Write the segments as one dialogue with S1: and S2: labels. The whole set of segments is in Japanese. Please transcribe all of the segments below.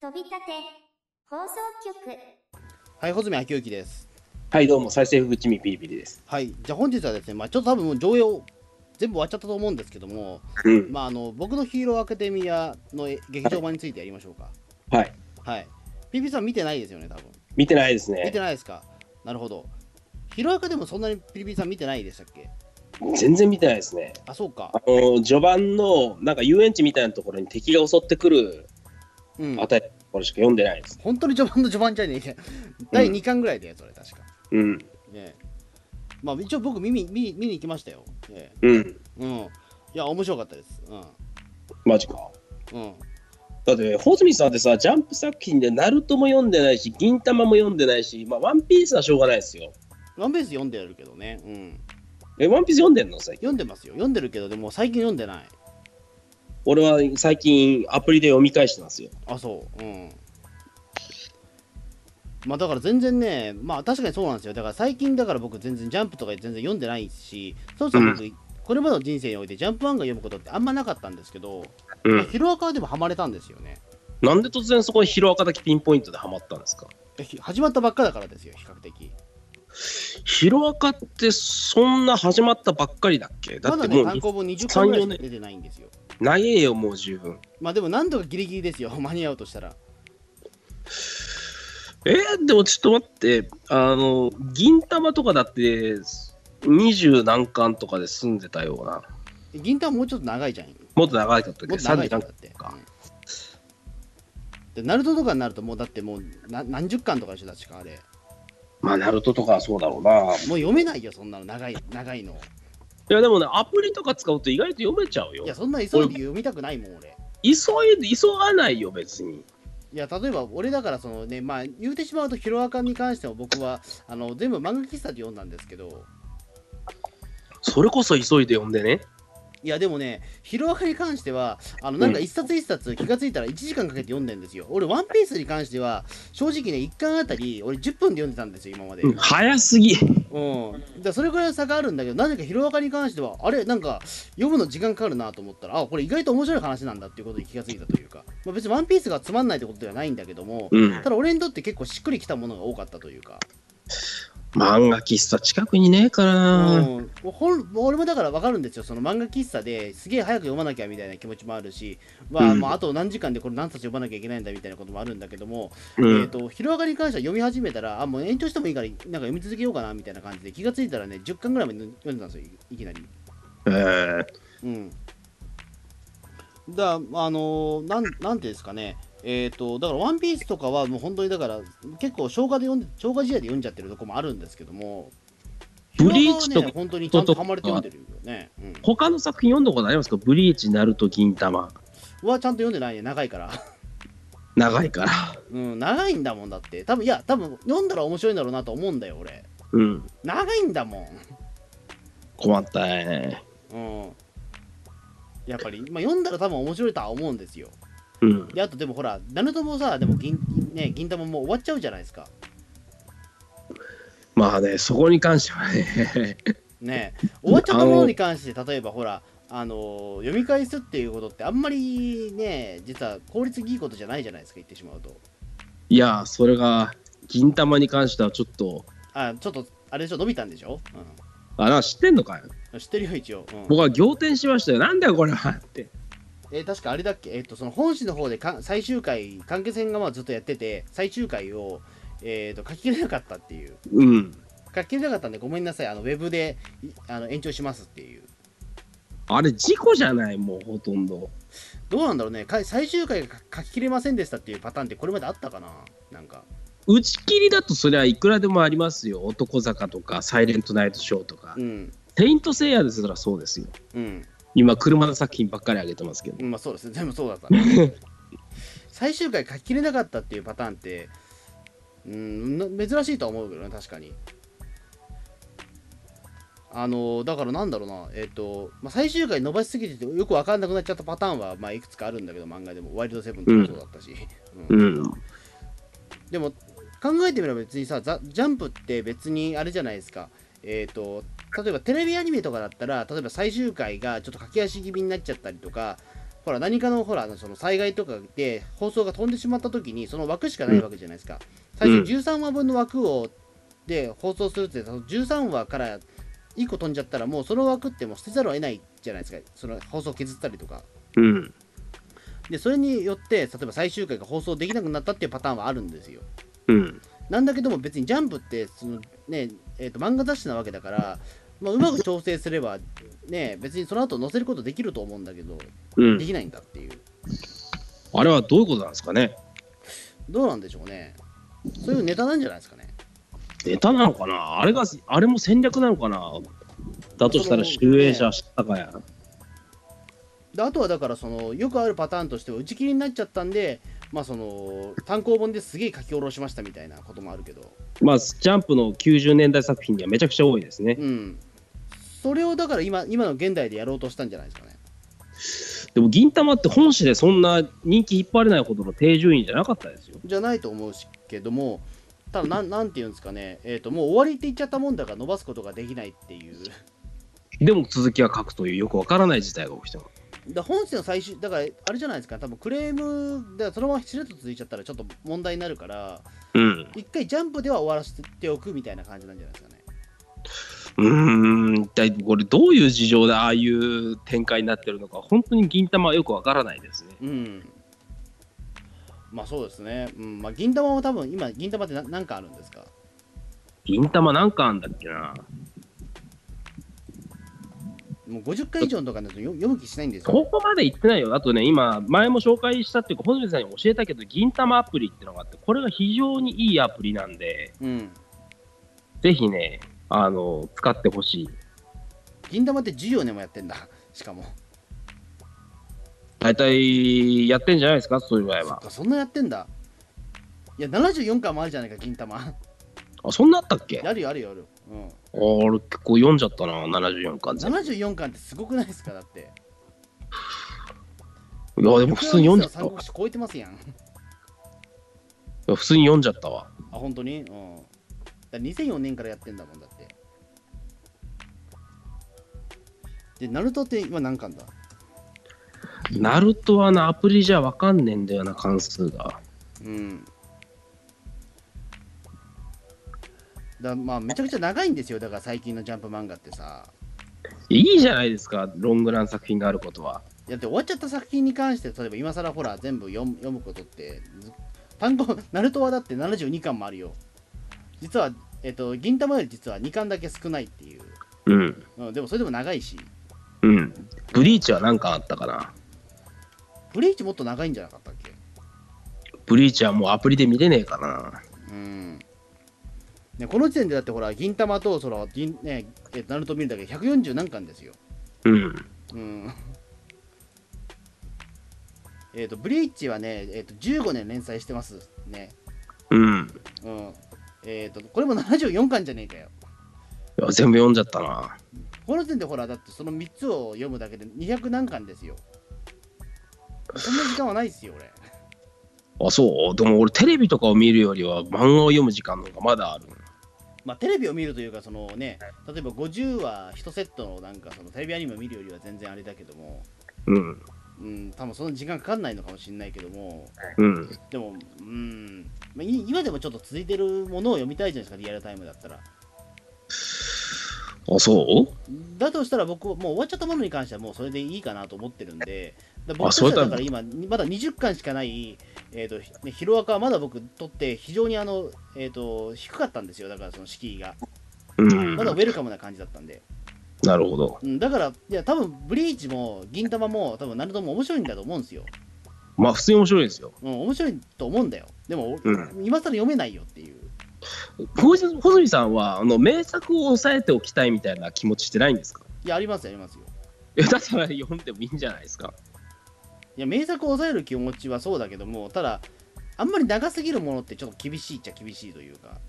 S1: 飛び立て放送局
S2: はい、穂積昭之です。
S3: はい、どうも、再生ふぐちみピリピリです。
S2: はい、じゃあ本日はですね、まあ、ちょっと多分もう上映を全部終わっちゃったと思うんですけども、
S3: うん。
S2: まあ、あの僕のヒーローアカデミアのえ劇場版についてやりましょうか。
S3: はい。
S2: はい。ピピさん見てないですよね、多分。
S3: 見てないです
S2: 見
S3: ね
S2: て。ないですか。なるほど。ヒーローアカでもそんなにピリピリさん見てないでしたっけ
S3: 全然見てないですね。
S2: あ、そうか
S3: あ。の、序盤の、なんか遊園地みたいなところに敵が襲ってくる
S2: うん。
S3: あたりのところしか読んでないです。
S2: 本当に序盤の序盤じゃねえか。第2巻ぐらいだよ、それ確か。
S3: うん。
S2: ねえまあ、一応僕見に見に見に行きましたよ。ね
S3: うん。
S2: えうん。いや、面白かったです。
S3: マジか。
S2: うん。うん。
S3: だって、ホズミさんってさ、ジャンプ作品で、ナルトも読んでないし、銀玉も読んでないし、まあ、ワンピースはしょうがないですよ。
S2: ワンベース読んでやるけどね。うん。
S3: え、ワンピース読んでんの最近。
S2: 読んでますよ。読んでるけど、でも最近読んでない。
S3: 俺は最近、アプリで読み返してますよ。
S2: あ、そう。うん。まあだから全然ね、まあ確かにそうなんですよ。だから最近だから僕全然ジャンプとか全然読んでないし、そもそも僕、これまでの人生においてジャンプ漫画読むことってあんまなかったんですけど、
S3: う
S2: まあ。ヒロアカはでもハマれたんですよね。
S3: なんで突然そこにヒロアカだけピンポイントでハマったんですか
S2: えひ始まったばっかだからですよ、比較的。
S3: ヒロアカってそんな始まったばっかりだっけだ
S2: ま
S3: っ
S2: だ
S3: て
S2: ね、
S3: も
S2: 単
S3: う
S2: 行本20巻ぐらいし
S3: 3
S2: か
S3: 4
S2: 出てないんですよ。
S3: ないよもう十分
S2: まあでも何度かギリギリですよ、間に合うとしたら。
S3: えー、でもちょっと待ってあの銀玉とかだって二十何巻とかで済んでたような
S2: 銀魂もうちょっと長いじゃん。
S3: もっと長いかった
S2: も
S3: っけ
S2: っと長
S3: 三
S2: い
S3: 十
S2: じゃん
S3: 何
S2: だ
S3: 巻
S2: って。
S3: か
S2: でナルトとかになるともうだってもうな何十巻とかでしょ確かあれ
S3: まあナルトとかはそうだろうな
S2: もう読めないよそんなの長い長いの
S3: いやでもねアプリとか使うと意外と読めちゃうよ
S2: いやそんな急いで読みたくないもん俺
S3: 急いで急がないよ別に
S2: いや例えば俺だからそのねまあ言うてしまうとヒロアカに関しては僕はあの全部漫画喫茶で読んだんですけど
S3: それこそ急いで読んでね
S2: いやでもねヒロアカに関してはあのなんか一冊一冊気がついたら1時間かけて読んでんですよ俺ワンピースに関しては正直ね1巻あたり俺10分で読んでたんですよ今まで
S3: うん早すぎ
S2: うん、だそれぐらいの差があるんだけどなぜか「ヒロアカ」に関してはあれなんか読むの時間かかるなと思ったらあこれ意外と面白い話なんだっていうことに気がついたというか、まあ、別に「ワンピースがつまんないってことではないんだけども
S3: うん
S2: ただ俺にとって結構しっくりきたものが多かったというか、
S3: 漫画喫茶近くにねえからな
S2: うん、本俺もだから分かるんですよその漫画喫茶ですげえ早く読まなきゃみたいな気持ちもあるし、まあ
S3: うん
S2: まあ、あと何時間でこれ何冊読まなきゃいけないんだみたいなこともあるんだけども、
S3: うん
S2: えー、と広がりに関しては読み始めたらあもう延長してもいいからなんか読み続けようかなみたいな感じで気がついたらね10巻ぐらいまで読んでたんですよいいきなり。
S3: えー
S2: うん、だまああのーなんなんていうんですかねえー、とだから「ワンピースとかはもう本当にだから結構消化で読んで消化試合で読んじゃってるとこもあるんですけども
S3: ブリーチ
S2: 広場
S3: と
S2: はね、本当にちゃんとハマれて読んでるよね、う
S3: 他の作品読んだことありますかブリーチ、ナルト、銀玉。
S2: ん、はちゃんと読んでないね長いから
S3: 長いから。
S2: うん、長いんだもんだって。多分いや、多分読んだら面白いんだろうなと思うんだよ、俺。
S3: うん。
S2: 長いんだも
S3: 困ったね。
S2: ん。うん。やっぱり、まあ、読んだら多分面白いとは思うんですよ。
S3: うん。
S2: で、あとでもほら、ナルトもさ、でも銀、ね、銀玉もう終わっちゃうじゃないですか。
S3: まあね、そこに関してはね。
S2: ね終わっちゃったものに関して、例えばほら、あのー読み返すっていうことってあんまりね、実は効率いいことじゃないじゃないですか、言ってしまうと。
S3: いや、それが、銀玉に関してはちょっと、
S2: あ、ちょっと、あれでしょ、伸びたんでしょ、
S3: あ、なんか知ってんのかよ。
S2: うん、知ってるよ、一応。うん、
S3: 僕は仰天しましたよ。なんだよ、これは。って。
S2: えー確かあれだっけ、えっとその本誌の方でか最終回、関係戦がまあずっとやってて、最終回を、えー、と書ききれなかったっていう、
S3: うん。
S2: 書ききれなかったんで、ごめんなさい、あのウェブでいあの延長しますっていう、
S3: あれ、事故じゃない、もうほとんど。
S2: どうなんだろうね、か最終回が書ききれませんでしたっていうパターンって、これまであったかな、なんか、
S3: 打ち切りだとそれはいくらでもありますよ。男坂とか、サイレントナイトショーとか。
S2: うん、
S3: セイントセイヤですらそうですよ。
S2: うん、
S3: 今、車の作品ばっかり上げてますけど。
S2: うんまあそうですね、全部そうだった。 最終回書ききれなかったっていうパターンって、うん、な珍しいとは思うけどね、確かに。あのだからなんだろうな、えっ、と、まあ、最終回伸ばしすぎててよく分かんなくなっちゃったパターンは、まあ、いくつかあるんだけど、漫画でも、ワイルドセブンとかそうだったし、う
S3: うんん。
S2: でも、考えてみれば別にさ、ザジャンプって別にあれじゃないですか、えっ、と、例えばテレビアニメとかだったら、例えば最終回がちょっと駆け足気味になっちゃったりとか、ほら何かのほらその災害とかで放送が飛んでしまった時にその枠しかないわけじゃないですか、最初13話分の枠をで放送するってその13話から1個飛んじゃったらもうその枠ってもう捨てざるを得ないじゃないですかその放送削ったりとか
S3: うん。
S2: でそれによって例えば最終回が放送できなくなったっていうパターンはあるんですよ
S3: うん。
S2: なんだけども別にジャンプってその、ねえー、と漫画雑誌なわけだから、まあ、うまく調整すれば、ね、別にその後載せることできると思うんだけど
S3: う
S2: で
S3: ん。
S2: きないんだっていう
S3: あれはどういうことなんですかね
S2: どうなんでしょうねそういうネタなんじゃないですかね
S3: ネタなのかなあれが、あれも戦略なのかなだとし
S2: そ
S3: たら、
S2: の
S3: 集英社したかや。
S2: であとはだからそのよくあるパターンとしては打ち切りになっちゃったんでまあその単行本ですげえ書き下ろしましたみたいなこともあるけど
S3: まあ、ジャンプの90年代作品にはめちゃくちゃ多いですね。
S2: うんそれをだから今今の現代でやろうとしたんじゃないですかね
S3: でも、銀玉って本誌でそんな人気引っ張れないほどの低順位じゃなかったですよ。
S2: じゃないと思うしけどもただなんなんていうんですかね、えー、ともう終わりって言っちゃったもんだから伸ばすことができないっていう
S3: でも、続きは書くというよくわからない事態が起きてます。
S2: だ本誌の最終だからあれじゃないですか多分クレームだからそのまましれっと続いちゃったらちょっと問題になるから
S3: うん。
S2: 一回ジャンプでは終わらせておくみたいな感じなんじゃないですかね
S3: うーん、一体これどういう事情でああいう展開になってるのか、本当に銀玉はよくわからないですね。
S2: うんまあそうですね、うんまあ、銀玉は多分今銀玉ってな何かあるんですか
S3: 銀玉なんかあんだっけな
S2: もう50回以上とかだと読読む気しないんです
S3: こ
S2: よ
S3: こまで行ってないよ。あとね、今、前も紹介したっていうか、本日さんに教えたけど、銀玉アプリってのがあって、これが非常にいいアプリなんで、
S2: うん
S3: ぜひね、あの、使ってほしい。
S2: 銀玉って14年もやってんだしかも
S3: 大体、やってんじゃないですか、そういう場合
S2: そっ
S3: は。
S2: かそんなやってんだいや74巻もあるじゃないか銀玉
S3: あ、そんなあったっけあ
S2: あるよあるよあるよ、うん、
S3: 俺、結構読んじゃったな、74巻全部。
S2: 74巻ってすごくないですかだって
S3: いや、でも普通に読んじゃった
S2: 三
S3: わ。
S2: 国志超えてますやん
S3: いや普通に読んじゃったわ。
S2: あ本当にうんだ2004年からやってんだもんだってでナルトって今何巻だ
S3: ナルトはな、アプリじゃわかんねえんだよな、関数が。
S2: うんだまあめちゃくちゃ長いんですよだから最近のジャンプ漫画ってさ
S3: いいじゃないですか、ロングラン作品があることは。
S2: だって終わっちゃった作品に関して例えば今更ほら全部読む読むことってず単語ナルトはだって72巻もあるよ実はえっと銀玉より実は2巻だけ少ないっていう、
S3: うん。
S2: うん、でもそれでも長いし
S3: うん。ブリーチは何かあったかな。
S2: ブレイチもっと長いんじゃなかったっけ
S3: ブリーチはもうアプリで見れねえかな。
S2: うん、ね、この時点でだってほら銀玉とその銀、ねえっとナルト見るだけで140何巻ですよ
S3: うん。
S2: うんえっとブリーチはね、えっと15年連載してますね
S3: うん。
S2: うんえっ、とこれも74巻じゃねえかよ
S3: いや全部読んじゃったな。
S2: この時点でほらだってその3つを読むだけで200何巻ですよそんな時間はないですよ俺
S3: あ、そうでも俺テレビとかを見るよりは漫画を読む時間の方がまだある。
S2: まあテレビを見るというかそのね例えば50話1セットのなんかそのテレビアニメを見るよりは全然あれだけども
S3: うん。
S2: うん多分その時間かかんないのかもしれないけども
S3: うん。
S2: でもうん、まあ、い今でもちょっと続いてるものを読みたいじゃないですかリアルタイムだったら
S3: あ、そう
S2: だとしたら僕はもう終わっちゃったものに関してはもうそれでいいかなと思ってるんで、だ
S3: あ
S2: 僕と
S3: そう
S2: し
S3: だ
S2: てはだから今、まだ20巻しかない、えーとひね、ヒロアカはまだ僕取って、非常にあの、えー、と低かったんですよ、だからその敷居が。
S3: うん。
S2: まだウェルカムな感じだったんで。
S3: なるほど。
S2: うん、だから、いや、多分ブリーチも銀玉も、多分ナルトも面白いんだと思うんですよ。
S3: まあ普通に面白いですよ。
S2: うん、面白いと思うんだよ。でも、
S3: う
S2: 今更読めないよっていう。
S3: 小泉小泉さんはあの名作を抑えておきたいみたいな気持ちってないんですか
S2: いや、ありますよ、ありますよ。
S3: いやだったら読んでもいいんじゃないですか。
S2: いや、名作を抑える気持ちはそうだけども、ただ、あんまり長すぎるものってちょっと厳しいっちゃ厳しいというか。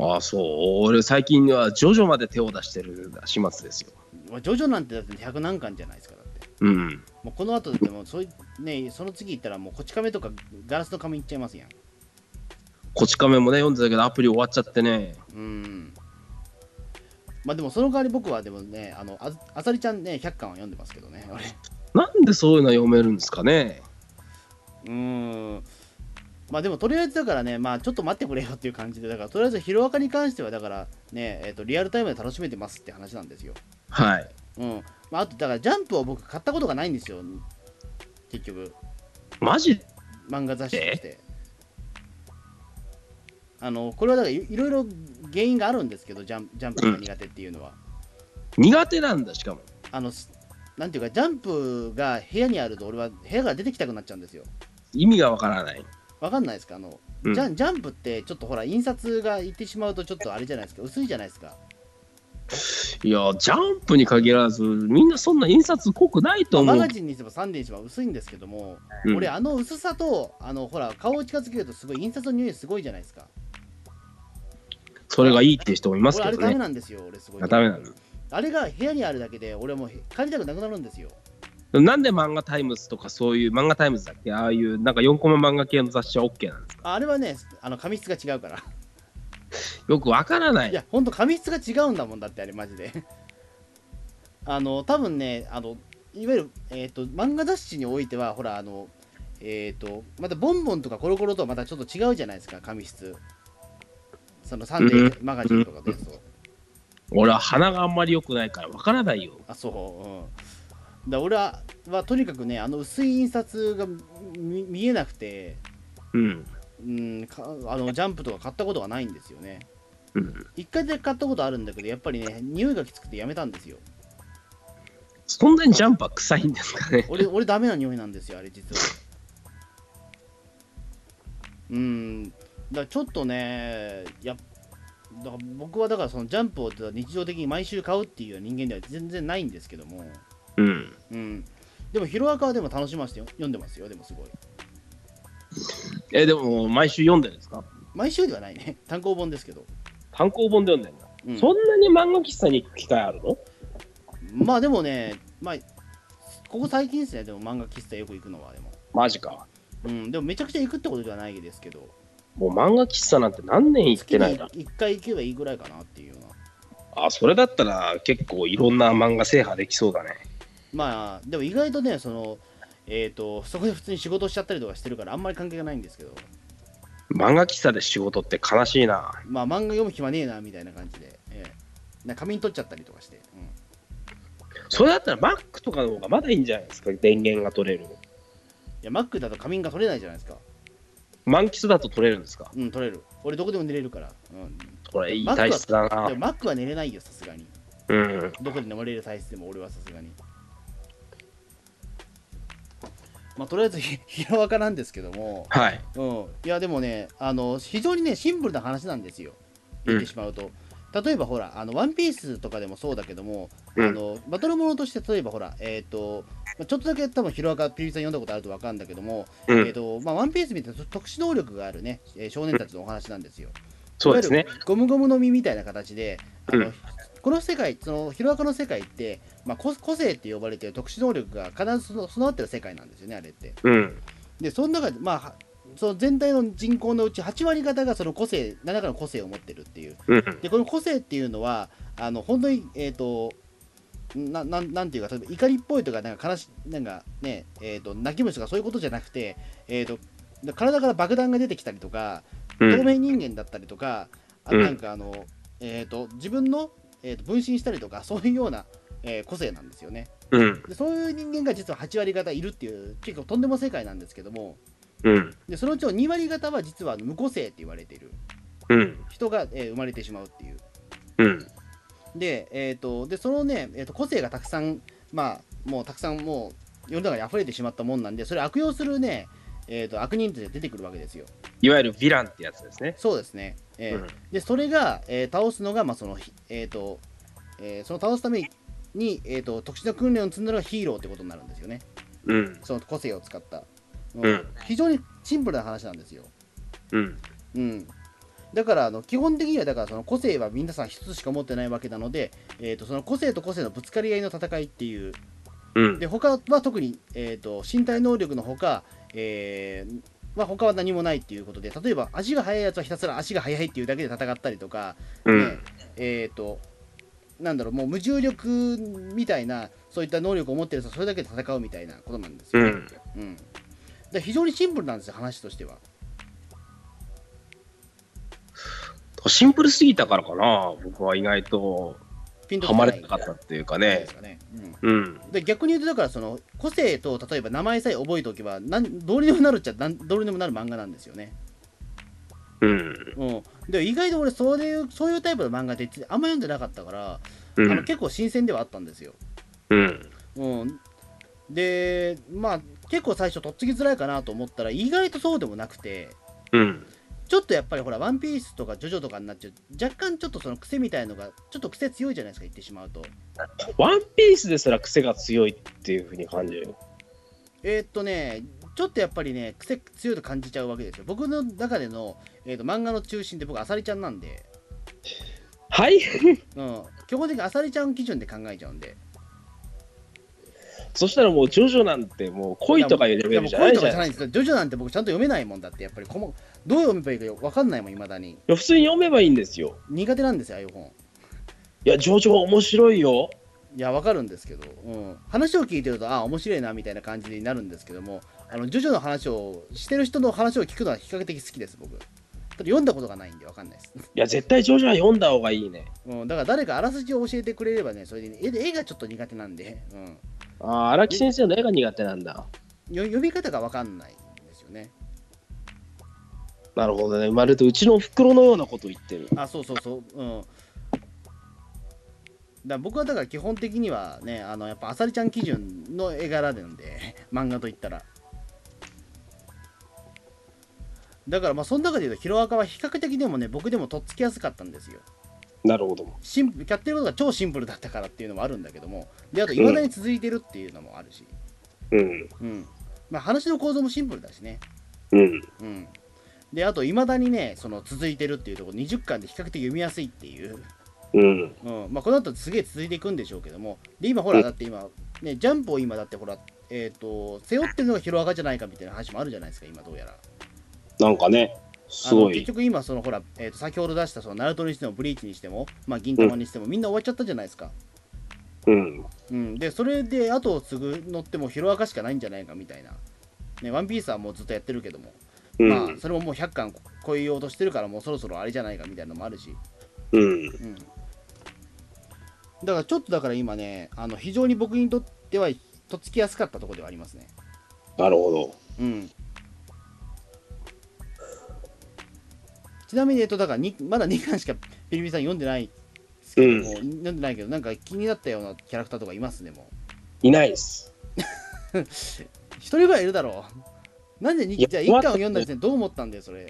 S3: ああ、そう。俺最近はジョジョまで手を出してる始末ですよ。
S2: まあジョジョなんてだって100何巻じゃないですかだって
S3: うん。
S2: もうこの後だってもうそういねその次行ったらもうこち亀とかガラスの亀いっちゃいますやん
S3: こち亀もね、読んでたけど、アプリ終わっちゃってね。
S2: うんまあでもその代わり僕はでもねあのああさりちゃんね100巻は読んでますけどね俺
S3: なんでそういうの読めるんですかね
S2: うーんまあでもとりあえずだからね、まあちょっと待ってくれよっていう感じで、だからとりあえずヒロアカに関しては、だからね、えっ、と、リアルタイムで楽しめてますって話なんですよ。
S3: はい。
S2: うん。まああと、だからジャンプを僕買ったことがないんですよ。結局、
S3: マジ
S2: 漫画雑誌として。あの、これはだからいいろいろ原因があるんですけど、ジャンジャンプが苦手っていうのは。
S3: 苦手なんだ、しかも。
S2: あの、すなんていうか、ジャンプが部屋にあると、俺は部屋から出てきたくなっちゃうんですよ。
S3: 意味がわからない。
S2: わかんないですかあの、
S3: うん
S2: ジャンジャンプってちょっとほら印刷がいってしまうとちょっとあれじゃないですか薄いじゃないですか
S3: いや、ジャンプに限らず、みんなそんな印刷濃くないと思
S2: マ
S3: う。
S2: ガジンにしてもサンデーにしても薄いんですけども、
S3: うん
S2: 俺あの薄さとあのほら顔を近づけるとすごい印刷の匂いすごいじゃないですか
S3: それがいいって人もいます
S2: 俺あれ
S3: けど
S2: ダメ
S3: ね。
S2: なんですよ俺すごい
S3: あダメなの
S2: あれが部屋にあるだけで俺もう帰りたくなくなるんですよ
S3: なんで漫画タイムズとかそういう漫画タイムズだっけああいうなんか4コマ漫画系の雑誌は OK なんですか
S2: ああれはねあの紙質が違うから
S3: よくわからない
S2: いや、ほんと紙質が違うんだもんだって、あれ、マジで。 あの、多分ね、あの、いわゆる、えっ、と、漫画雑誌においては、ほら、あの、えっ、と、また、ボンボンとかコロコロとはまたちょっと違うじゃないですか、紙質。その、サンデーマガジンとかでそう。
S3: 俺は鼻があんまり良くないからわからないよ
S2: あ、そう。うん。だ俺は、はとにかくね、あの薄い印刷が見見えなくて、
S3: うん
S2: うんかあのジャンプとか買ったことがないんですよね。
S3: うん
S2: 一回で買ったことあるんだけど、やっぱりね、匂いがきつくてやめたんですよ。
S3: そんなにジャンプは臭いんですかね
S2: 俺俺ダメな匂いなんですよあれ実はうんだからちょっとねやっだから僕はだからそのジャンプを日常的に毎週買うっていう人間では全然ないんですけども
S3: うん
S2: うんでもヒロアカはでも楽しましてよ読んでますよでもすごい
S3: えでも毎週読んでるんですか
S2: 毎週ではないね 単行本ですけど、
S3: 単行本で読んでるんだ、
S2: うん、
S3: そんなに漫画喫茶に行く機会あるの
S2: まあでもねまあここ最近ですねでも漫画喫茶よく行くのはでも
S3: マジか
S2: うんでもめちゃくちゃ行くってことではないですけど
S3: もう漫画喫茶なんて何年行って
S2: 月に
S3: ないな
S2: 1回行けばいいぐらいかなっていうような
S3: あそれだったら結構いろんな漫画制覇できそうだね
S2: まあでも意外とねそのえっ、とそこで普通に仕事しちゃったりとかしてるからあんまり関係がないんですけど
S3: 漫画喫茶で仕事って悲しいな
S2: まあ漫画読む暇ねえなみたいな感じで、ええな紙に取っちゃったりとかして、うん
S3: それだったら Mac とかの方がまだいいんじゃないですか電源が取れる
S2: いや Mac だと仮眠が取れないじゃないですか
S3: 満喫だと取れるんですか
S2: うん取れる俺どこでも寝れるから、うん、
S3: これいい
S2: Mac は
S3: 体質だ
S2: で
S3: な
S2: も Mac は寝れないよさすがに
S3: うん
S2: どこで眠れる体質でも俺はさすがにまあとりあえずひ ひらわかなんですけども
S3: はい
S2: うん、いやでもねあの非常にねシンプルな話なんですよ言ってしまうと、例えばほらあの「ワンピースとかでもそうだけども、
S3: うん
S2: あのバトルものとして例えばほらえっ、とまあちょっとだけ多分ヒロアカピリさん読んだことあると分かるんだけども、
S3: う
S2: えっ
S3: ん
S2: とまあ、ワンピースみたいなと特殊能力があるね、えー少年たちのお話なんですよ。
S3: そうです
S2: い
S3: ね
S2: わゆるゴムゴムの実みたいな形で、あの
S3: うん
S2: この世界、そのヒロアカの世界って、まあ、個個性って呼ばれてる特殊能力が必ずその備わってる世界なんですよね、あれって。
S3: うん
S2: でその中でまあはその全体の人口のうち8割方がその個性何らかの個性を持ってるっていう
S3: うん
S2: でこの個性っていうのはあの本当にえっ、とななんなんていうか例えば怒りっぽいとかなんか悲しなんかねえー、と泣き虫とかそういうことじゃなくて、えー、と体から爆弾が出てきたりとか
S3: う
S2: 透
S3: ん
S2: 明人間だったりとか、あと
S3: うん
S2: なんかあの、えー、と自分の、えー、と分身したりとかそういうような、えー個性なんですよね
S3: うん
S2: でそういう人間が実は8割方いるっていう結構とんでも世界なんですけども、
S3: うん
S2: でそのうちの2割方は実は無個性って言われている
S3: うん
S2: 人が、えー生まれてしまうっていう
S3: うん
S2: で,、えー、とでそのね、えー、と個性がたくさんまあもうたくさんもう世の中に溢れてしまったもんなんでそれを悪用するね、えー、と悪人って出てくるわけですよ
S3: いわゆるヴィランってやつですね
S2: そうですね、えー
S3: うん
S2: でそれが、えー倒すのが、まあそのひえーとえーその倒すために、えー、と特殊な訓練を積んだのがヒーローってことになるんですよね
S3: うん
S2: その個性を使った、うん
S3: うん
S2: 非常にシンプルな話なんですよ
S3: うん
S2: うん、だからあの基本的にはだからその個性は皆さん一つしか持ってないわけなので、えー、とその個性と個性のぶつかり合いの戦いっていう
S3: うん
S2: で他は特に、えー、と身体能力のほか、えーまあ、他は何もないっていうことで例えば足が速いやつはひたすら足が速いっていうだけで戦ったりとか、
S3: う
S2: ね
S3: ん
S2: えー、となんだろうもう無重力みたいなそういった能力を持ってる人はそれだけで戦うみたいなことなんです
S3: う
S2: よ、
S3: ん。
S2: うん、で非常にシンプルなんですよ話としては
S3: シンプルすぎたからかな、僕は意外と
S2: ピンと
S3: ハ
S2: こな
S3: マ
S2: い
S3: れなかったっていうかね
S2: で。すかね、うん
S3: うん。
S2: で逆に言うとだからその個性と例えば名前さえ覚えておけばなんどうにでもなるっちゃなんどうにでもなる漫画なんですよね、
S3: うん。
S2: うん、で意外と俺そういうそういうタイプの漫画ってあんま読んでなかったから、
S3: う
S2: あの
S3: ん。
S2: 結構新鮮ではあったんですよ
S3: うん。
S2: うん、でまあ結構最初とっつきづらいかなと思ったら意外とそうでもなくて
S3: うん。
S2: ちょっとやっぱりほら「ワンピースとか「ジョジョとかになっちゃう若干ちょっとその癖みたいのがちょっと癖強いじゃないですか言ってしまうと
S3: ワンピースですら癖が強いっていうふうに感じるよ。
S2: えーっとねちょっとやっぱりね癖強いと感じちゃうわけですよ僕の中での、えーっと漫画の中心って僕あさりちゃんなんで、
S3: はい。
S2: うん、基本的にあさりちゃん基準で考えちゃうんで
S3: そしたらもうジョジョなんてもう恋とかいうレベルじゃない
S2: やもう恋と
S3: じ
S2: か
S3: ゃ
S2: じゃ
S3: な
S2: ないいんですよジョジョなんて僕ちゃんと読めないもんだってやっぱりこもどう読めばいいか分かんないもんいまだに
S3: いや普通に読めばいいんですよ。
S2: 苦手なんですよああいう本
S3: いや、ジョジョ面白いよ。
S2: いや、わかるんですけど、うん、話を聞いてると、あ面白いなみたいな感じになるんですけども、あのジョジョの話をしてる人の話を聞くのは比較的好きです、僕。ただ読んだことがないんでわかんないです。
S3: いや、絶対ジョジョは読んだ方がいいね。
S2: うん、だから誰かあらすじを教えてくれればね、それで、ね、絵で絵がちょっと苦手なんで、うん、
S3: ああ、荒木先生の絵が苦手なんだ。
S2: よ読み方がわかんないんですよね。
S3: なるほどね。まるでうちの袋のようなこと言ってる。
S2: あ、そうそうそう、うん。だから僕はだから基本的にはね、あのやっぱあさりちゃん基準の絵柄なんで、 漫画といったら。だからまあその中で言うと、ヒロアカは比較的でもね、僕でもとっつきやすかったんですよ。
S3: なるほど。
S2: シンプルやってることが超シンプルだったからっていうのもあるんだけども、であと、いまだに続いてるっていうのもあるし、
S3: うん。
S2: うん。まあ話の構造もシンプルだしね。
S3: うん。
S2: うん。で、あと、いまだにね、その続いてるっていうところ、20巻で比較的読みやすいっていう。
S3: うん。
S2: うんまあ、この後すげえ続いていくんでしょうけども、で今、ほら、だって今、ね、ジャンプを今、だってほら、えっ、と、背負ってるのがヒロアカじゃないかみたいな話もあるじゃないですか、今、どうやら。
S3: なんかね、
S2: あ
S3: す
S2: の
S3: ご
S2: 結
S3: い。
S2: 局、今、そのほら、えーと先ほど出した、そのナルトにしても、ブリーチにしても、まあ、銀玉にしても、みんな終わっちゃったじゃないですか。
S3: うん。
S2: うん、で、それで、後を継ぐのっても、ヒロアカしかないんじゃないかみたいな。ね、ワンピースはもうずっとやってるけども、
S3: う
S2: まあ、
S3: ん。
S2: それももう100巻超えようとしてるから、もうそろそろあれじゃないかみたいなのもあるし。
S3: うん。
S2: うん、だからちょっとだから今ねあの非常に僕にとってはとっつきやすかったところではありますね
S3: なるほど。
S2: うんちなみにえっとだからにまだ2巻しかピリピリさん読んでないですけども、読んでないけどなんか気になったようなキャラクターとかいますねもう
S3: いないです。
S2: 一人ぐらいいるだろう なんでに
S3: いや
S2: じゃあ1巻を読んだ時点でどう思ったんだよそれ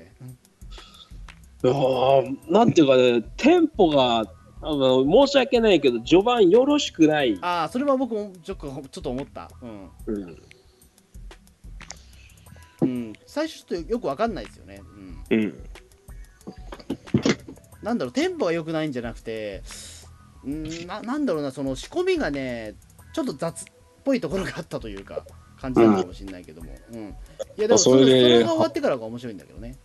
S3: いやーなんていうかね、テンポが、あの申し訳ないけど、序盤よろしくない。
S2: ああそれは僕もちょっとちょっと思ったうん、
S3: うん。
S2: うん、最初ちょっとよくわかんないですよねうん
S3: うん。
S2: なんだろう、テンポが良くないんじゃなくて、うーんな、なんだろうな、その仕込みがね、ちょっと雑っぽいところがあったというか、感じだったかもしれないけども。うん。いや、でもそ
S3: そ
S2: れ
S3: れ
S2: そ
S3: で
S2: れが終わってからが面白いんだけどね。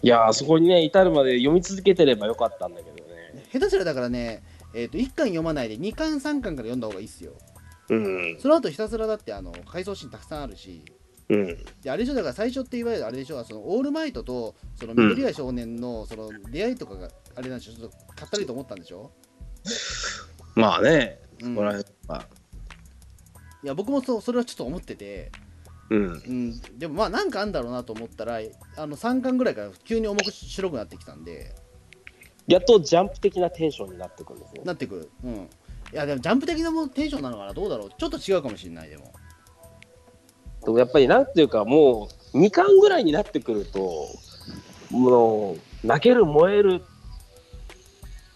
S3: いやーそこにね、至るまで読み続けてればよかったんだけどね。
S2: 下手すらだからね、えっ、と、1巻読まないで2巻、3巻から読んだ方がいいっすよ。
S3: うん。
S2: その後ひたすらだって、あの、回想シーンたくさんあるし、
S3: うん。
S2: であれでしょ、だから最初っていわゆるあれでしょ、そのオールマイトと、その緑谷少年の、その出会いとかが、あれなんでしょ、ちょっとかったりと思ったんでしょ、
S3: まあね、
S2: うん、い
S3: これはやっぱ、
S2: や、僕もそうそれはちょっと思ってて、
S3: うん。
S2: うん、でもまあなんかあんだろうなと思ったらあの3巻ぐらいから急に重く白くなってきたんで
S3: やっとジャンプ的なテンションになってくるんですね。
S2: なってくるうんいやでもジャンプ的なものテンションなのかなどうだろうちょっと違うかもしれないでも
S3: でもやっぱりなんていうか、もう2巻ぐらいになってくると、もう、泣ける、燃える、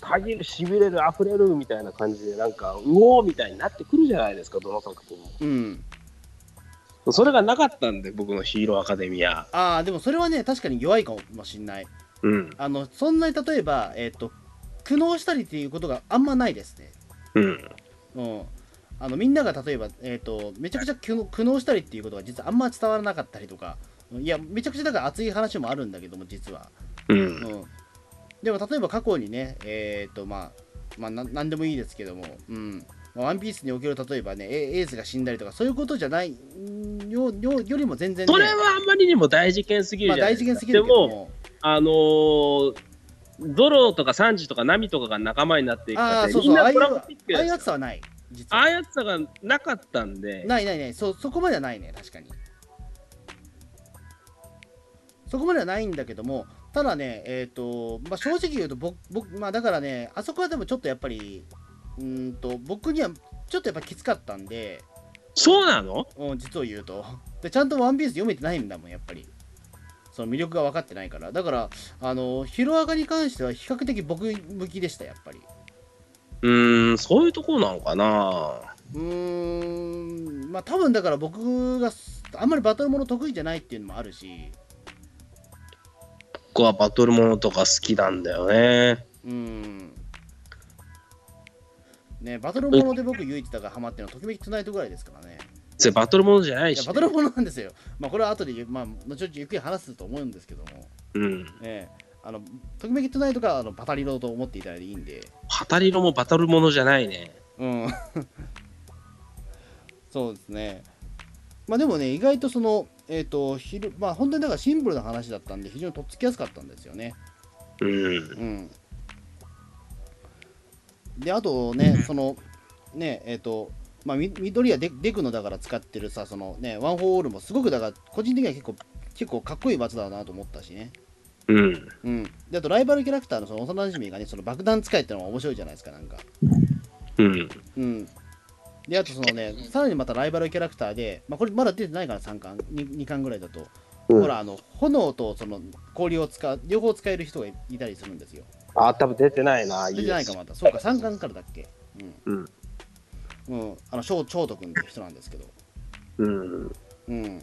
S3: たぎる、しびれる、溢れるみたいな感じで、なんか、うおーみたいになってくるじゃないですか、どの作品も。
S2: うん
S3: それがなかったんで、僕のヒーローアカデミア。
S2: ああでもそれはね確かに弱いかもしれない
S3: うん。
S2: あのそんなに例えばえっ、と苦悩したりっていうことがあんまないですね
S3: うん。
S2: うんあのみんなが例えば、えー、とめちゃくちゃ苦悩苦悩したりっていうことが実はあんま伝わらなかったりとかいやめちゃくちゃだから熱い話もあるんだけども実は
S3: うん。
S2: うん、でも例えば過去にね、えーとまあ、まあ、ななんでもいいですけども、うん、まあワンピースにおける例えばね、エエースが死んだりとか、そういうことじゃないんよよよりも全然ね、
S3: それはあんまりにも大事件すぎ
S2: ま
S3: る
S2: あ、
S3: じゃな
S2: 大
S3: いで
S2: 事件す
S3: すか。
S2: ぎるけど
S3: でも、
S2: も、
S3: あのーゾロとかサンジとかナミとかが仲間になっていく
S2: あ
S3: 過
S2: あ、そう
S3: 程み
S2: そ
S3: ん
S2: う、ああ
S3: な
S2: いう
S3: トラ
S2: あ
S3: マチックじ
S2: あ
S3: ゃ
S2: いう
S3: ない
S2: やつ
S3: ですか
S2: さはない、実
S3: あ
S2: は。
S3: あいうやつさがなかったんで、
S2: ないないない、そそこまではないね、確かに。そこまではないんだけども、ただね、えっ、と、まあ、正直言うと、僕、僕、まあ、だからね、あそこはでもちょっとやっぱり、うーんと、僕にはちょっとやっぱきつかったんで、
S3: そうなの
S2: うん、実を言うと。で、ちゃんとワンピース読めてないんだもん、やっぱり。その魅力が分かってないから。だから、あの、ヒロアカに関しては比較的僕向きでした、やっぱり。
S3: うーん、そういうところなのかな。
S2: うーん、まあ多分だから僕がすあんまりバトルもの得意じゃないっていうのもあるし、
S3: 僕はバトルものとか好きなんだよね。
S2: うーん。ね、バトルもので僕唯一だからハマってるのはときめきトゥナイトぐらいですからね。
S3: それバトルものじゃない
S2: いや、
S3: し、
S2: バトルものなんですよ。まあこれは後でゆ、まあ、後々ゆっくり話すと思うんですけども、
S3: うん。
S2: ええあの、ときめきトゥナイトか、あの、バタリローと思っていただいていいんで、
S3: パタリロもバトルものじゃないね。
S2: うん。 そうですね。まあでもね、意外とその、えっ、と、ひるまあ本当にだからシンプルな話だったんで、非常にとっつきやすかったんですよね。
S3: うん。
S2: うん。で、あとね、その、ね、えっ、と、まあ、み緑やデデクのだから使ってるさ、そのね、ワン・フォー・オールもすごくだから、個人的には結構、結構かっこいい技だなと思ったしね。
S3: うん。
S2: うん。で、あとライバルキャラクターのその幼馴染がね、その爆弾使いってのも面白いじゃないですか、なんか。
S3: うん。
S2: うん。で、あとそのね、さらにまたライバルキャラクターで、まあ、これまだ出てないから3巻、2, 巻ぐらいだと、
S3: うん
S2: ほら、あの、炎とその氷を使う、両方使える人がいいたりするんですよ。
S3: あ、多分出てないな。
S2: 出てないかまた。そうか、3巻からだっけ。うん。うん。あの、翔翔斗君っていう人なんですけど。
S3: うん。
S2: うん。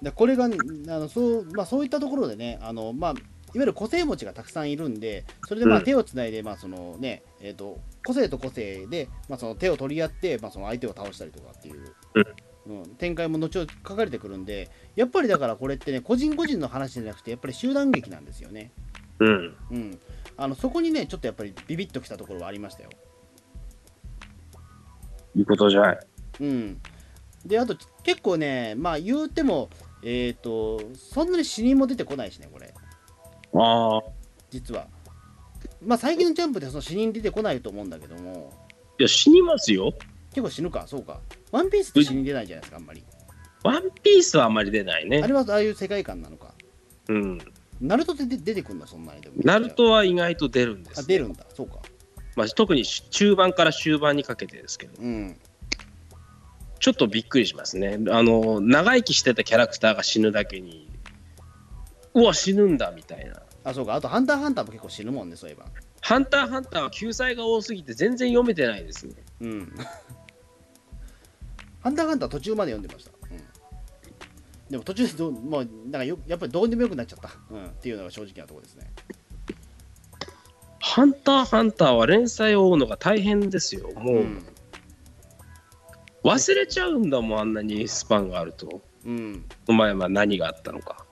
S2: で、これが、ね、あのそう、まあ、そういったところでね、あの、まあ、いわゆる個性持ちがたくさんいるんで、それでまあ
S3: うん
S2: 手をつないで、まあそのね、えっ、と、個性と個性で、まあその手を取り合って、まあその相手を倒したりとかっていう、うん、展開も後々書かれてくるんで、やっぱりだからこれってね、個人個人の話じゃなくて、やっぱり集団劇なんですよね。
S3: うん。
S2: うん。あの、そこにね、ちょっとやっぱりビビッときたところはありましたよ。
S3: いいことじゃない。
S2: うん。で、あと結構ね、まあ言うても、えっ、と、そんなに死人も出てこないしね、これ。
S3: ああ。
S2: 実は。まあ最近のジャンプでその死人出てこないと思うんだけども、
S3: いや、死にますよ。
S2: 結構死ぬか、そうか。ワンピースって死人出ないじゃないですか、あんまり。
S3: ワンピースはあんまり出ない
S2: あ
S3: ね。
S2: れはああいう世界観なのか。
S3: うん。
S2: ナルトって出出てくるの、そんなにでも。
S3: ナルトは意外と出るんです、
S2: あ出るんだ、そうか。
S3: まあ、特に中盤から終盤にかけてですけど、
S2: うん。
S3: ちょっとびっくりしますね。あの、長生きしてたキャラクターが死ぬだけに、うわ、死ぬんだみたいな。
S2: あ、そうか。あと、ハンターハンターも結構死ぬもんね、そういえば。
S3: ハンターハンターは救済が多すぎて全然読めてないですね。
S2: うん。ハンターハンター途中まで読んでました。うん。でも途中でどう、もう、なんかよ、やっぱりどうにもよくなっちゃった。うん。っていうのが正直なところですね。
S3: ハンターハンターは連載を追うのが大変ですよ。もう忘れちゃうんだもん、あんなにスパンがあると。
S2: うん。うん。
S3: お前は何があったのか。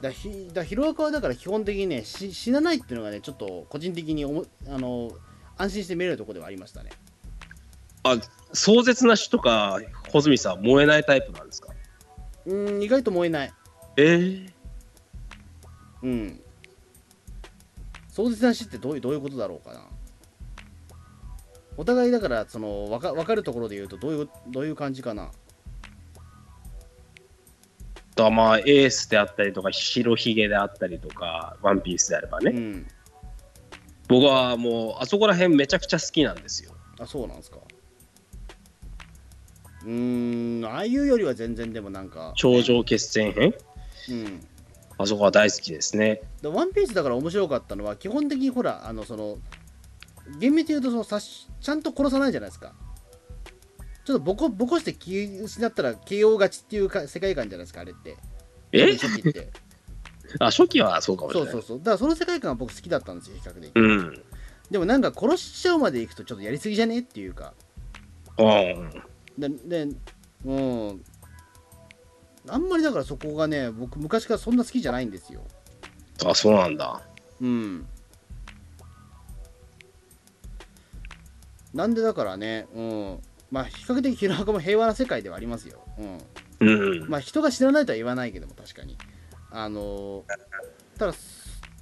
S2: だひだヒロアカはだから基本的にねし死なないっていうのがねちょっと個人的におもあの安心して見れるところではありましたね
S3: 壮絶な死とか、穂積さんは燃えないタイプなんですか
S2: うーん意外と燃えない
S3: ええ
S2: うん壮絶な死ってどういうどういうことだろうかなお互いだからその分か分かるところで言うとどういうどういう感じかな
S3: とはまあエースであったりとか白ひげであったりとかワンピースであればね、
S2: うん
S3: 僕はもうあそこら辺めちゃくちゃ好きなんですよ
S2: あそうなんですかうーんああいうよりは全然でもなんか
S3: 頂上決戦編
S2: うん
S3: あそこは大好きですね
S2: でワンピースだから面白かったのは基本的にほらあのその厳密に言うとその殺しちゃんと殺さないじゃないですかちょっとボコボコして気失ったら KO 勝ちっていうか世界観じゃないですかあれって
S3: え
S2: 初期って
S3: あ初期はそうかもしれ
S2: そう
S3: ない
S2: そうそうだからその世界観は僕好きだったんですよ比較的
S3: うん、うん、
S2: でもなんか殺しちゃうまでいくとちょっとやりすぎじゃねっていうかででうんあんまりだからそこがね僕昔からそんな好きじゃないんですよ
S3: あそうなんだ
S2: うん。なんでだからね、うん、まあ比較的 平岡も平和な世界ではありますよ。うん、
S3: うん。
S2: まあ人が知らないとは言わないけども確かに。あのただ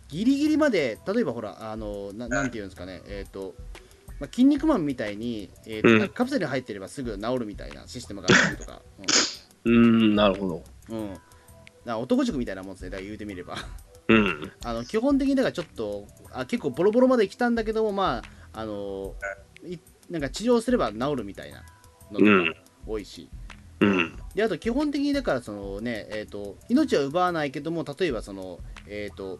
S2: ギリギリまで例えばほらあのななんていうんですかねえっ、と。まあ、筋肉マンみたいに、えーと
S3: うん
S2: なんかカプセルに入ってればすぐ治るみたいなシステムがあったりとか、
S3: うん、なるほど。
S2: うんうん、だから男塾みたいなもんですね、だから言うてみれば。
S3: うん。
S2: あの基本的にだからちょっとあ結構ボロボロまで来たんだけどもまああのいなんか治療すれば治るみたいなの
S3: う
S2: が
S3: ん。
S2: 多いし、
S3: うん。
S2: であと基本的にだからそのねえっ、と命は奪わないけども例えばそのえっ、と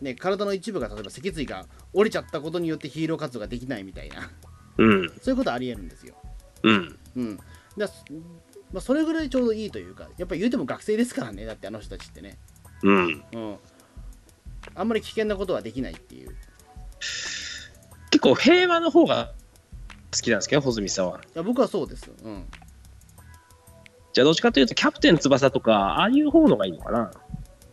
S2: ね体の一部が例えば脊椎が折れちゃったことによってヒーロー活動ができないみたいな
S3: うん。
S2: そういうことありえるんですよ。
S3: うん。
S2: うん。だまあ、それぐらいちょうどいいというかやっぱり言うても学生ですからねだってあの人たちってね。
S3: うん。
S2: うん。あんまり危険なことはできないっていう。
S3: 結構平和の方が好きなんですけど、穂積さんは。
S2: いや僕はそうです。うん。
S3: じゃあどっちかというと、キャプテン翼とか、ああいう方のがいいのかな。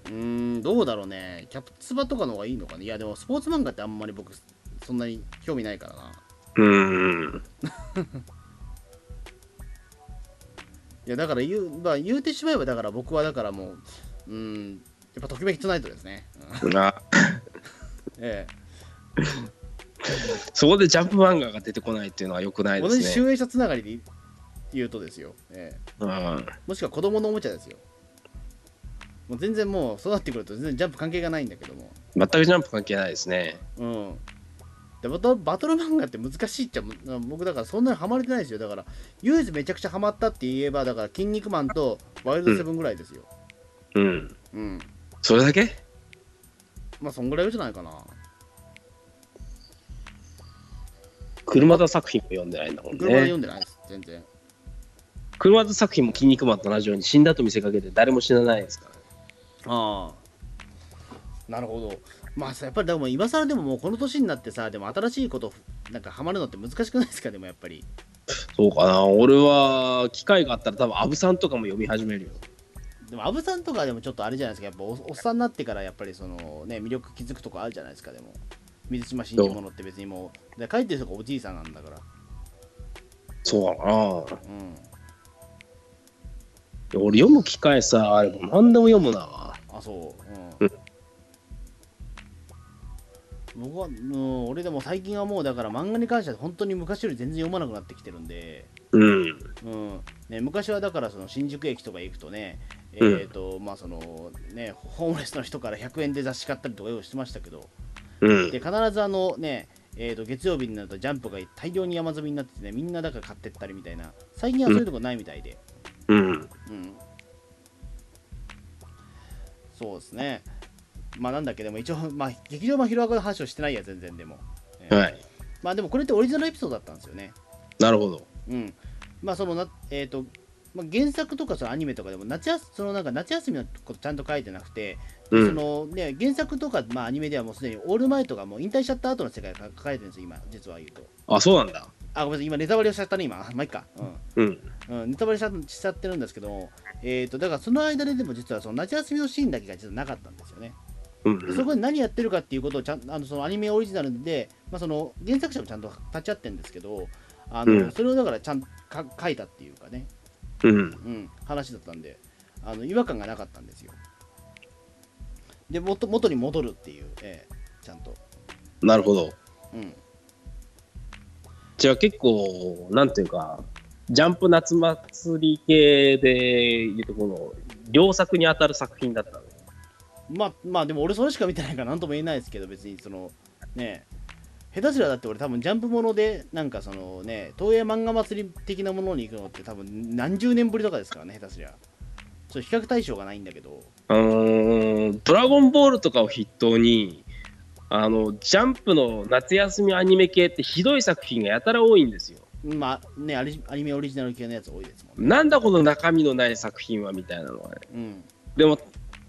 S2: うーん、どうだろうね。キャプツバとかの方がいいのかね。いや、でもスポーツ漫画ってあんまり僕、そんなに興味ないからな。
S3: うん。
S2: いや、だから言う、まあ、言うてしまえば、だから僕はだからもう、うーん、やっぱときめきトナイトですね。うん
S3: な
S2: え
S3: そこでジャンプ漫画が出てこないっていうのは良くな
S2: え
S3: いで
S2: 同
S3: す
S2: じ
S3: ね。
S2: 集英社つながりで言うとですよ。ええ
S3: うん、
S2: もしくは子供のおもちゃですよ。もう全然もう育ってくると全然ジャンプ関係がないんだけども。
S3: 全くジャンプ関係ないですね。
S2: うん。でバトバトル漫画って難しいっちゃむ僕だからそんなにハマれてないですよだから唯一めちゃくちゃハマったって言えばだから「筋肉マン」と「ワイルドセブン」ぐらいですよ
S3: うん。
S2: うん、
S3: それだけ
S2: まあそんぐらいじゃないかな
S3: 車田作品も読んでないんだもん
S2: 車で
S3: ね
S2: 読。んでないです全然
S3: 車田作品も筋肉マンと同じように死んだと見せかけて誰も死なないですからね。
S2: ああなるほどまあさやっぱりでも今更でももうこの年になってさでも新しいことなんかハマるのって難しくないですかでもやっぱり
S3: そうかな。俺は機会があったら多分アブさんとかも読み始めるよ。
S2: でも阿部さんとかでもちょっとあれじゃないですかやっぱおおっさんになってからやっぱりそのね魅力気づくとこあるじゃないですかでも水島新司ものって別にもうで書いてる人がおじいさんなんだから
S3: そうかな。
S2: うん
S3: 俺読む機会さ、あれも何でも読むな。
S2: あそううん僕は、うん、俺でも最近はもうだから漫画に関しては本当に昔より全然読まなくなってきてるんで、
S3: うん。
S2: うんね、昔はだからその新宿駅とか行くとね、え
S3: うん
S2: ーとまあそのね、ホームレスの人から100円で雑誌買ったりとかようしてましたけど、
S3: うん
S2: で。必ずあのね、えー、と月曜日になるとジャンプが大量に山積みになっててねみんなだから買ってったりみたいな最近はそういうとこないみたいで、
S3: うん。
S2: うん、そうですねまあなんだっけでも一応、まあ、劇場版ヒロアカの話をしてないや全然でも、えー
S3: はい。
S2: まあでもこれってオリジナルエピソードだったんですよね
S3: なるほど。
S2: うんまあそのなえっ、とまあ、原作とかそのアニメとかでも夏休そのなんか夏休みのことちゃんと書いてなくて、で
S3: うん
S2: そのね、原作とか、まあ、アニメではもうすでにオールマイトがもう引退しちゃった後の世界が書かれてるんですよ、今、実は言うと。
S3: あ、そうなんだ。
S2: あ、ごめんなさい、今、ネタバレをしちゃったね、今。まあ、いっか。う
S3: うん。
S2: ん。うん、ネタバレしちゃしちゃってるんですけども、えっ、と、だからその間ででも実はその夏休みのシーンだけが実はなかったんですよね。
S3: うん
S2: でそこで何やってるかっていうことをちゃんあのそのアニメオリジナルで、まあ、その原作者もちゃんと立ち会ってるんですけど、あの
S3: うん
S2: それをだからちゃんとか書いたっていうかね、
S3: うん。
S2: うん、話だったんで、あの違和感がなかったんですよ。で、元元に戻るっていう、ええちゃんと。
S3: なるほど。
S2: うん
S3: じゃあ結構、なんていうか、ジャンプ夏祭り系でいうとこの、両作に当たる作品だったの。
S2: まあまあでも俺それしか見てないから何とも言えないですけど別にそのね下手すりゃだって俺多分ジャンプものでなんかそのね東映漫画祭り的なものに行くのって多分何十年ぶりとかですからね下手すりゃちょっと比較対象がないんだけど
S3: うーん、ドラゴンボールとかを筆頭に、あの、ジャンプの夏休みアニメ系ってひどい作品がやたら多いんですよ。
S2: まあねアリアニメオリジナル系のやつ多いですもんね
S3: なんだこの中身のない作品はみたいなのはね。
S2: うん
S3: でも、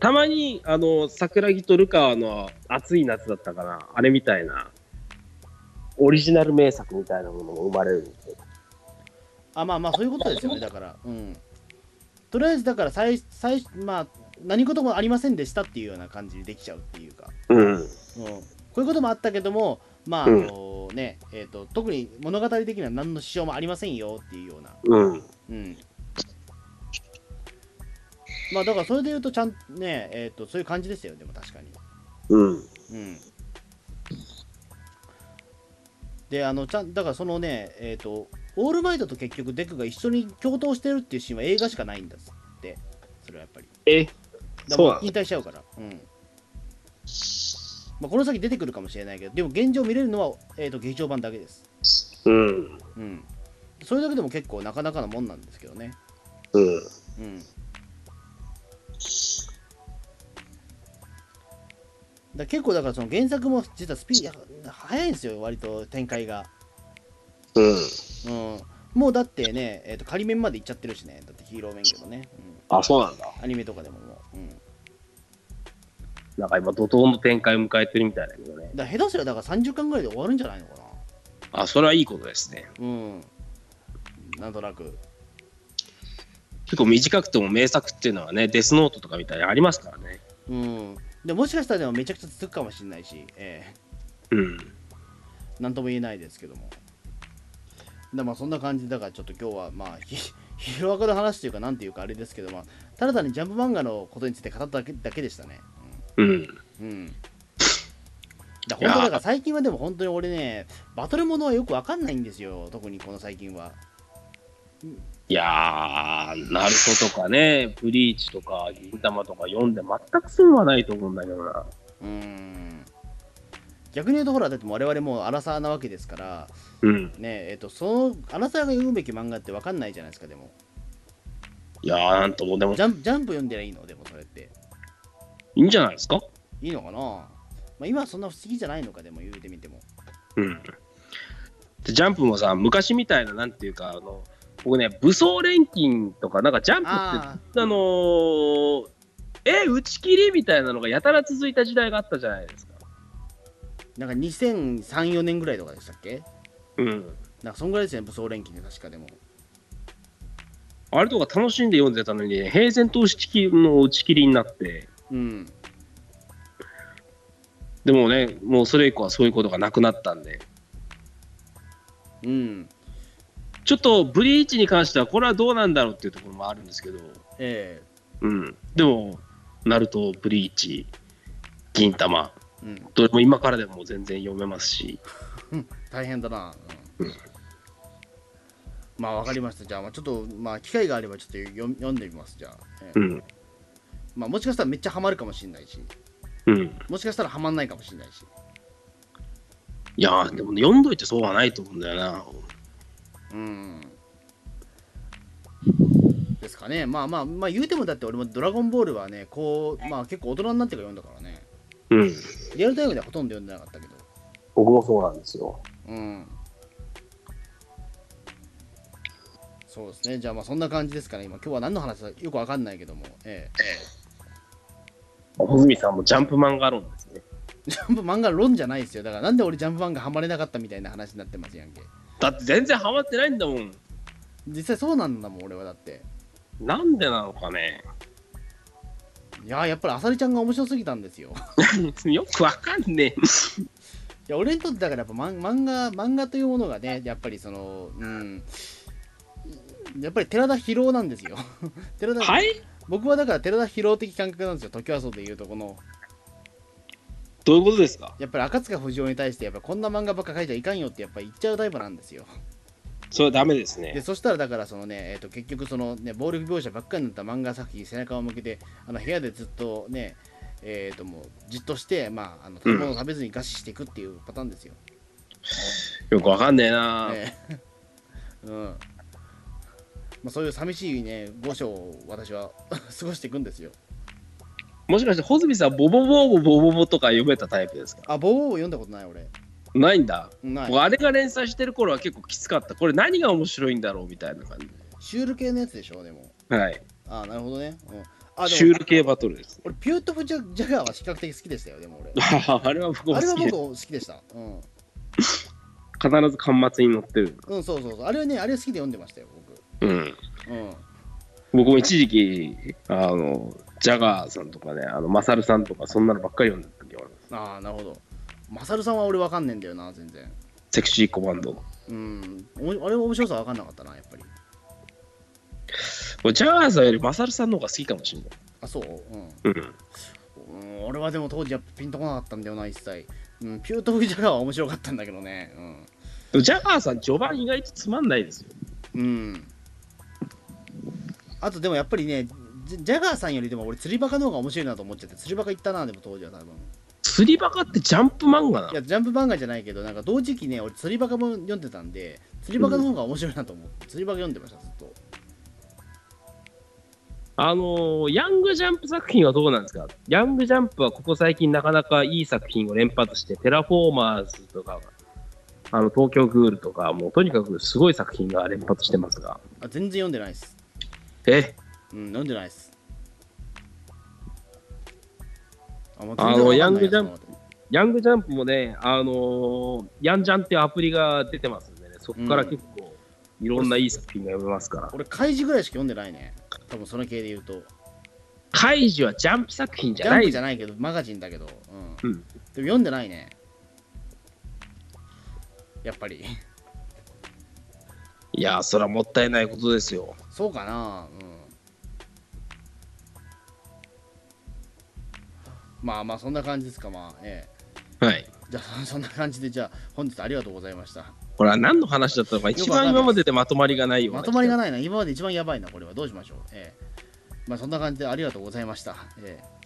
S3: たまに、あの、桜木とルカの暑い夏だったかな、あれみたいな、オリジナル名作みたいなものも生まれるんですよ。
S2: あまあまあそういうことですよねだからうんとりあえずだから最最まあ何事もありませんでしたっていうような感じにできちゃうっていうか
S3: うん。
S2: うんこういうこともあったけども、まあ、あのね、えっ、と、特に物語的には何の支障もありませんよっていうような。
S3: うん。
S2: うん。まあ、だからそれで言うと、ちゃんね、えっ、と、そういう感じですよ、でも確かに。
S3: うん。
S2: うん。で、あの、ちゃん、だからそのね、えっ、と、オールマイトと結局デクが一緒に共闘してるっていうシーンは映画しかないんだって。それはやっぱり。
S3: え、
S2: だ
S3: そう
S2: か
S3: な
S2: ら
S3: の
S2: 引退しちゃうから。うん。まあ、この先出てくるかもしれないけど、でも現状見れるのは、えー、と劇場版だけです。
S3: うん。
S2: うん。それだけでも結構なかなかなもんなんですけどね。
S3: うん。
S2: うん。だ結構だからその原作も実はスピード早いんですよ、割と展開が。
S3: うん。
S2: うん。もうだってね、えー、と仮面まで行っちゃってるしね、だってヒーロー面けどね、
S3: あ、そうなんだ。
S2: うん、アニメとかでももう。うん、だか
S3: なんか今、怒涛の展開を迎えてるみたいだけどね。
S2: ら下手すりゃだから30巻ぐらいで終わるんじゃないのかな。
S3: あ、それはいいことですね。
S2: うん。なんとなく。
S3: 結構短くても名作っていうのはね、デスノートとかみたいにありますからね。
S2: うん。でもしかしたらでもめちゃくちゃ続くかもしれないし、え
S3: うん。
S2: えなんとも言えないですけども。でまあそんな感じでだからちょっと今日はまあ ひヒロアカの話というかなんていうかあれですけどまあただ単にジャンプ漫画のことについて語っただけだけでしたね。
S3: うん。
S2: うん。うんだから本当だから最近はでも本当に俺ねバトルものはよくわかんないんですよ特にこの最近は。
S3: いやー、ナルトとかね、ブリーチとか、銀玉とか読んで全く損はないと思うんだけどな。
S2: うん。逆に言うとほらだって我々もうアラサーなわけですから。
S3: うん。
S2: ねえ、えっと、その、あなたが読むべき漫画って分かんないじゃないですか、でも。
S3: いやー、なんともでも
S2: ジ、ャンジャンプ読んでりゃいいのでも、それって。
S3: いいんじゃないですか
S2: いいのかなまあ、今はそんな不思議じゃないのか、でも言うてみても。
S3: うん。でジャンプもさ、昔みたいな、なんていうか、あの、僕ね、武装錬金とか、なんかジャンプって、
S2: あ
S3: あのーえ、打ち切りみたいなのがやたら続いた時代があったじゃないですか。
S2: あ、 なんか2003、4年ぐらいとかでしたっけ
S3: うん。
S2: なんか、そんぐらいですね、武装連勤で確かでも。
S3: あれとか楽しんで読んでたのに、ね、平然と打ち切りの打ち切りになって、
S2: うん。
S3: でもね、もうそれ以降はそういうことがなくなったんで、
S2: うん。
S3: ちょっとブリーチに関しては、これはどうなんだろうっていうところもあるんですけど、
S2: え
S3: うん。でも、ナルト、ブリーチ、銀玉、
S2: えうん。
S3: どれも今からでも全然読めますし、
S2: 大変だな。うん。
S3: うん
S2: まあ、わかりました。じゃあ、まあ、ちょっと、まあ、機会があれば、ちょっと読み読んでみます、じゃあ。ええ
S3: うん。
S2: まあ、もしかしたらめっちゃハマるかもしれないし、
S3: うん。
S2: もしかしたらハマんないかもしれないし。
S3: いやー、でも、ね、読んどいてそうはないと思うんだよな。
S2: うんですかねまあまあまあ言うてもだって俺も「ドラゴンボール」はねこうまあ結構大人になってから読んだからね
S3: うん。
S2: リアルタイムではほとんど読んでなかったけど
S3: 僕もそうなんですよ。
S2: うんそうですねじゃあまあそんな感じですかね今今日は何の話だよくわかんないけどもええ
S3: 穂積さんもジャンプ漫画論ですね。
S2: ジャンプ漫画論じゃないですよだからなんで俺ジャンプ漫画ハマれなかったみたいな話になってますやんけ
S3: だって全然ハマってないんだもん。
S2: 実際そうなんだもん俺はだって
S3: なんでなのかね。
S2: いやーやっぱりあさりちゃんが面白すぎたんですよ
S3: よくわかんねえ。
S2: いや俺にとってだからやっぱ漫漫画漫画というものがねやっぱりそのうんやっぱり寺田博夫なんですよ 寺田、
S3: はい
S2: 僕はだから寺田博夫的感覚なんですよ時はそうでいうとこの
S3: どういうことですか
S2: やっぱり赤塚不二夫に対してやっぱこんな漫画ばっか書いちゃいかんよってやっぱ言っちゃうタイプなんですよ
S3: それはダメです
S2: で
S3: ね。
S2: そしたらだからそのね、えー、と結局そのね暴力描写ばっかりになった漫画作品背中を向けてあの部屋でずっとねえー、ともうじっとして、まあ、あの食べ物を食べずに餓死していくっていうパターンですよ。
S3: よくわかんねえな、
S2: ね うんまあ、そういう寂しいね五章を私は 過ごしていくんですよ
S3: もしかして穂積さん、ボボボーボボボボとか読めたタイプですか
S2: あボーボー読んだことない俺
S3: ないんだ。
S2: ない
S3: 僕あれが連載してる頃は結構きつかった。これ何が面白いんだろうみたいな感じ。
S2: シュール系のやつでしょでも
S3: はい。
S2: あなるほどね、うん、あで
S3: シュ
S2: も
S3: ール系バトルです。
S2: 俺ピュートフジャジャガーは比較的好きでしたよで も俺
S3: あれは僕も
S2: あれは
S3: 好
S2: 僕
S3: きで
S2: 好きでしたうん、
S3: 必ず端末に載ってる。
S2: うん、そうそうそうあれはねあれ好きで読んでましたよ
S3: うん。
S2: 僕うん
S3: 僕も一時期あのジャガーさんとかねあのマサルさんとかそんなのばっかり読んでた時は
S2: ああなるほどマサルさんは俺わかんねえんだよな全然
S3: セクシーコマンド。
S2: うんおあれは面白さわかんなかったなやっぱり
S3: 俺ジャガーさんよりマサルさんの方が好きかもしれない。
S2: あそううん
S3: うん。
S2: うん俺はでも当時やっぱピンとこなかったんだよな一切、うん、ピュート・フィジャガーは面白かったんだけどね
S3: でもジャガーさん、序盤意外とつまんないですよ。
S2: うん、うん、あとでもやっぱりねジャジャガーさんよりでも俺釣りバカの方が面白いなと思っちゃって釣りバカ行ったなでも当時は多分
S3: 釣りバカってジャンプ漫画ない
S2: やジャンプ漫画じゃないけどなんか同時期ね俺釣りバカも読んでたんで釣りバカの方が面白いなと思って釣りバカ読んでましたずっと
S3: あのーヤングジャンプ作品はどうなんですかヤングジャンプはここ最近なかなかいい作品を連発して、テラフォーマーズとか、あの、東京グールとか、もうとにかくすごい作品が連発してますが。
S2: あ全然読んでないっす
S3: え、
S2: うん読んでないっすあもう
S3: あ
S2: 全
S3: の
S2: 然わかんない
S3: ヤングジャンプ
S2: なと思って
S3: ヤングジャンプもね、あのーヤンジャンっていうアプリが出てますんでね、そこから結構、いろんないい作品が読めますから。
S2: 俺開示ぐらいしか読んでないね多分その系で言うと
S3: カイジはジャンプ作品じ
S2: ジ
S3: ゃな
S2: ャン
S3: い
S2: プじゃないけど、マガジンだけど、うん。で
S3: うん
S2: も読んでないね。やっぱり。
S3: いやー、それはもったいないことですよ。
S2: そうかな、うん。まあまあ、そんな感じですか、まあ。え
S3: はい。
S2: え。じゃあ、 そんな感じで、じゃあ、本日ありがとうございました。
S3: これは何の話だったのか、一番今まででまとまりがないような
S2: まとまりがないな、今まで一番やばいな、これは。どうしましょう。ええ。まあ、そんな感じでありがとうございました。ええ。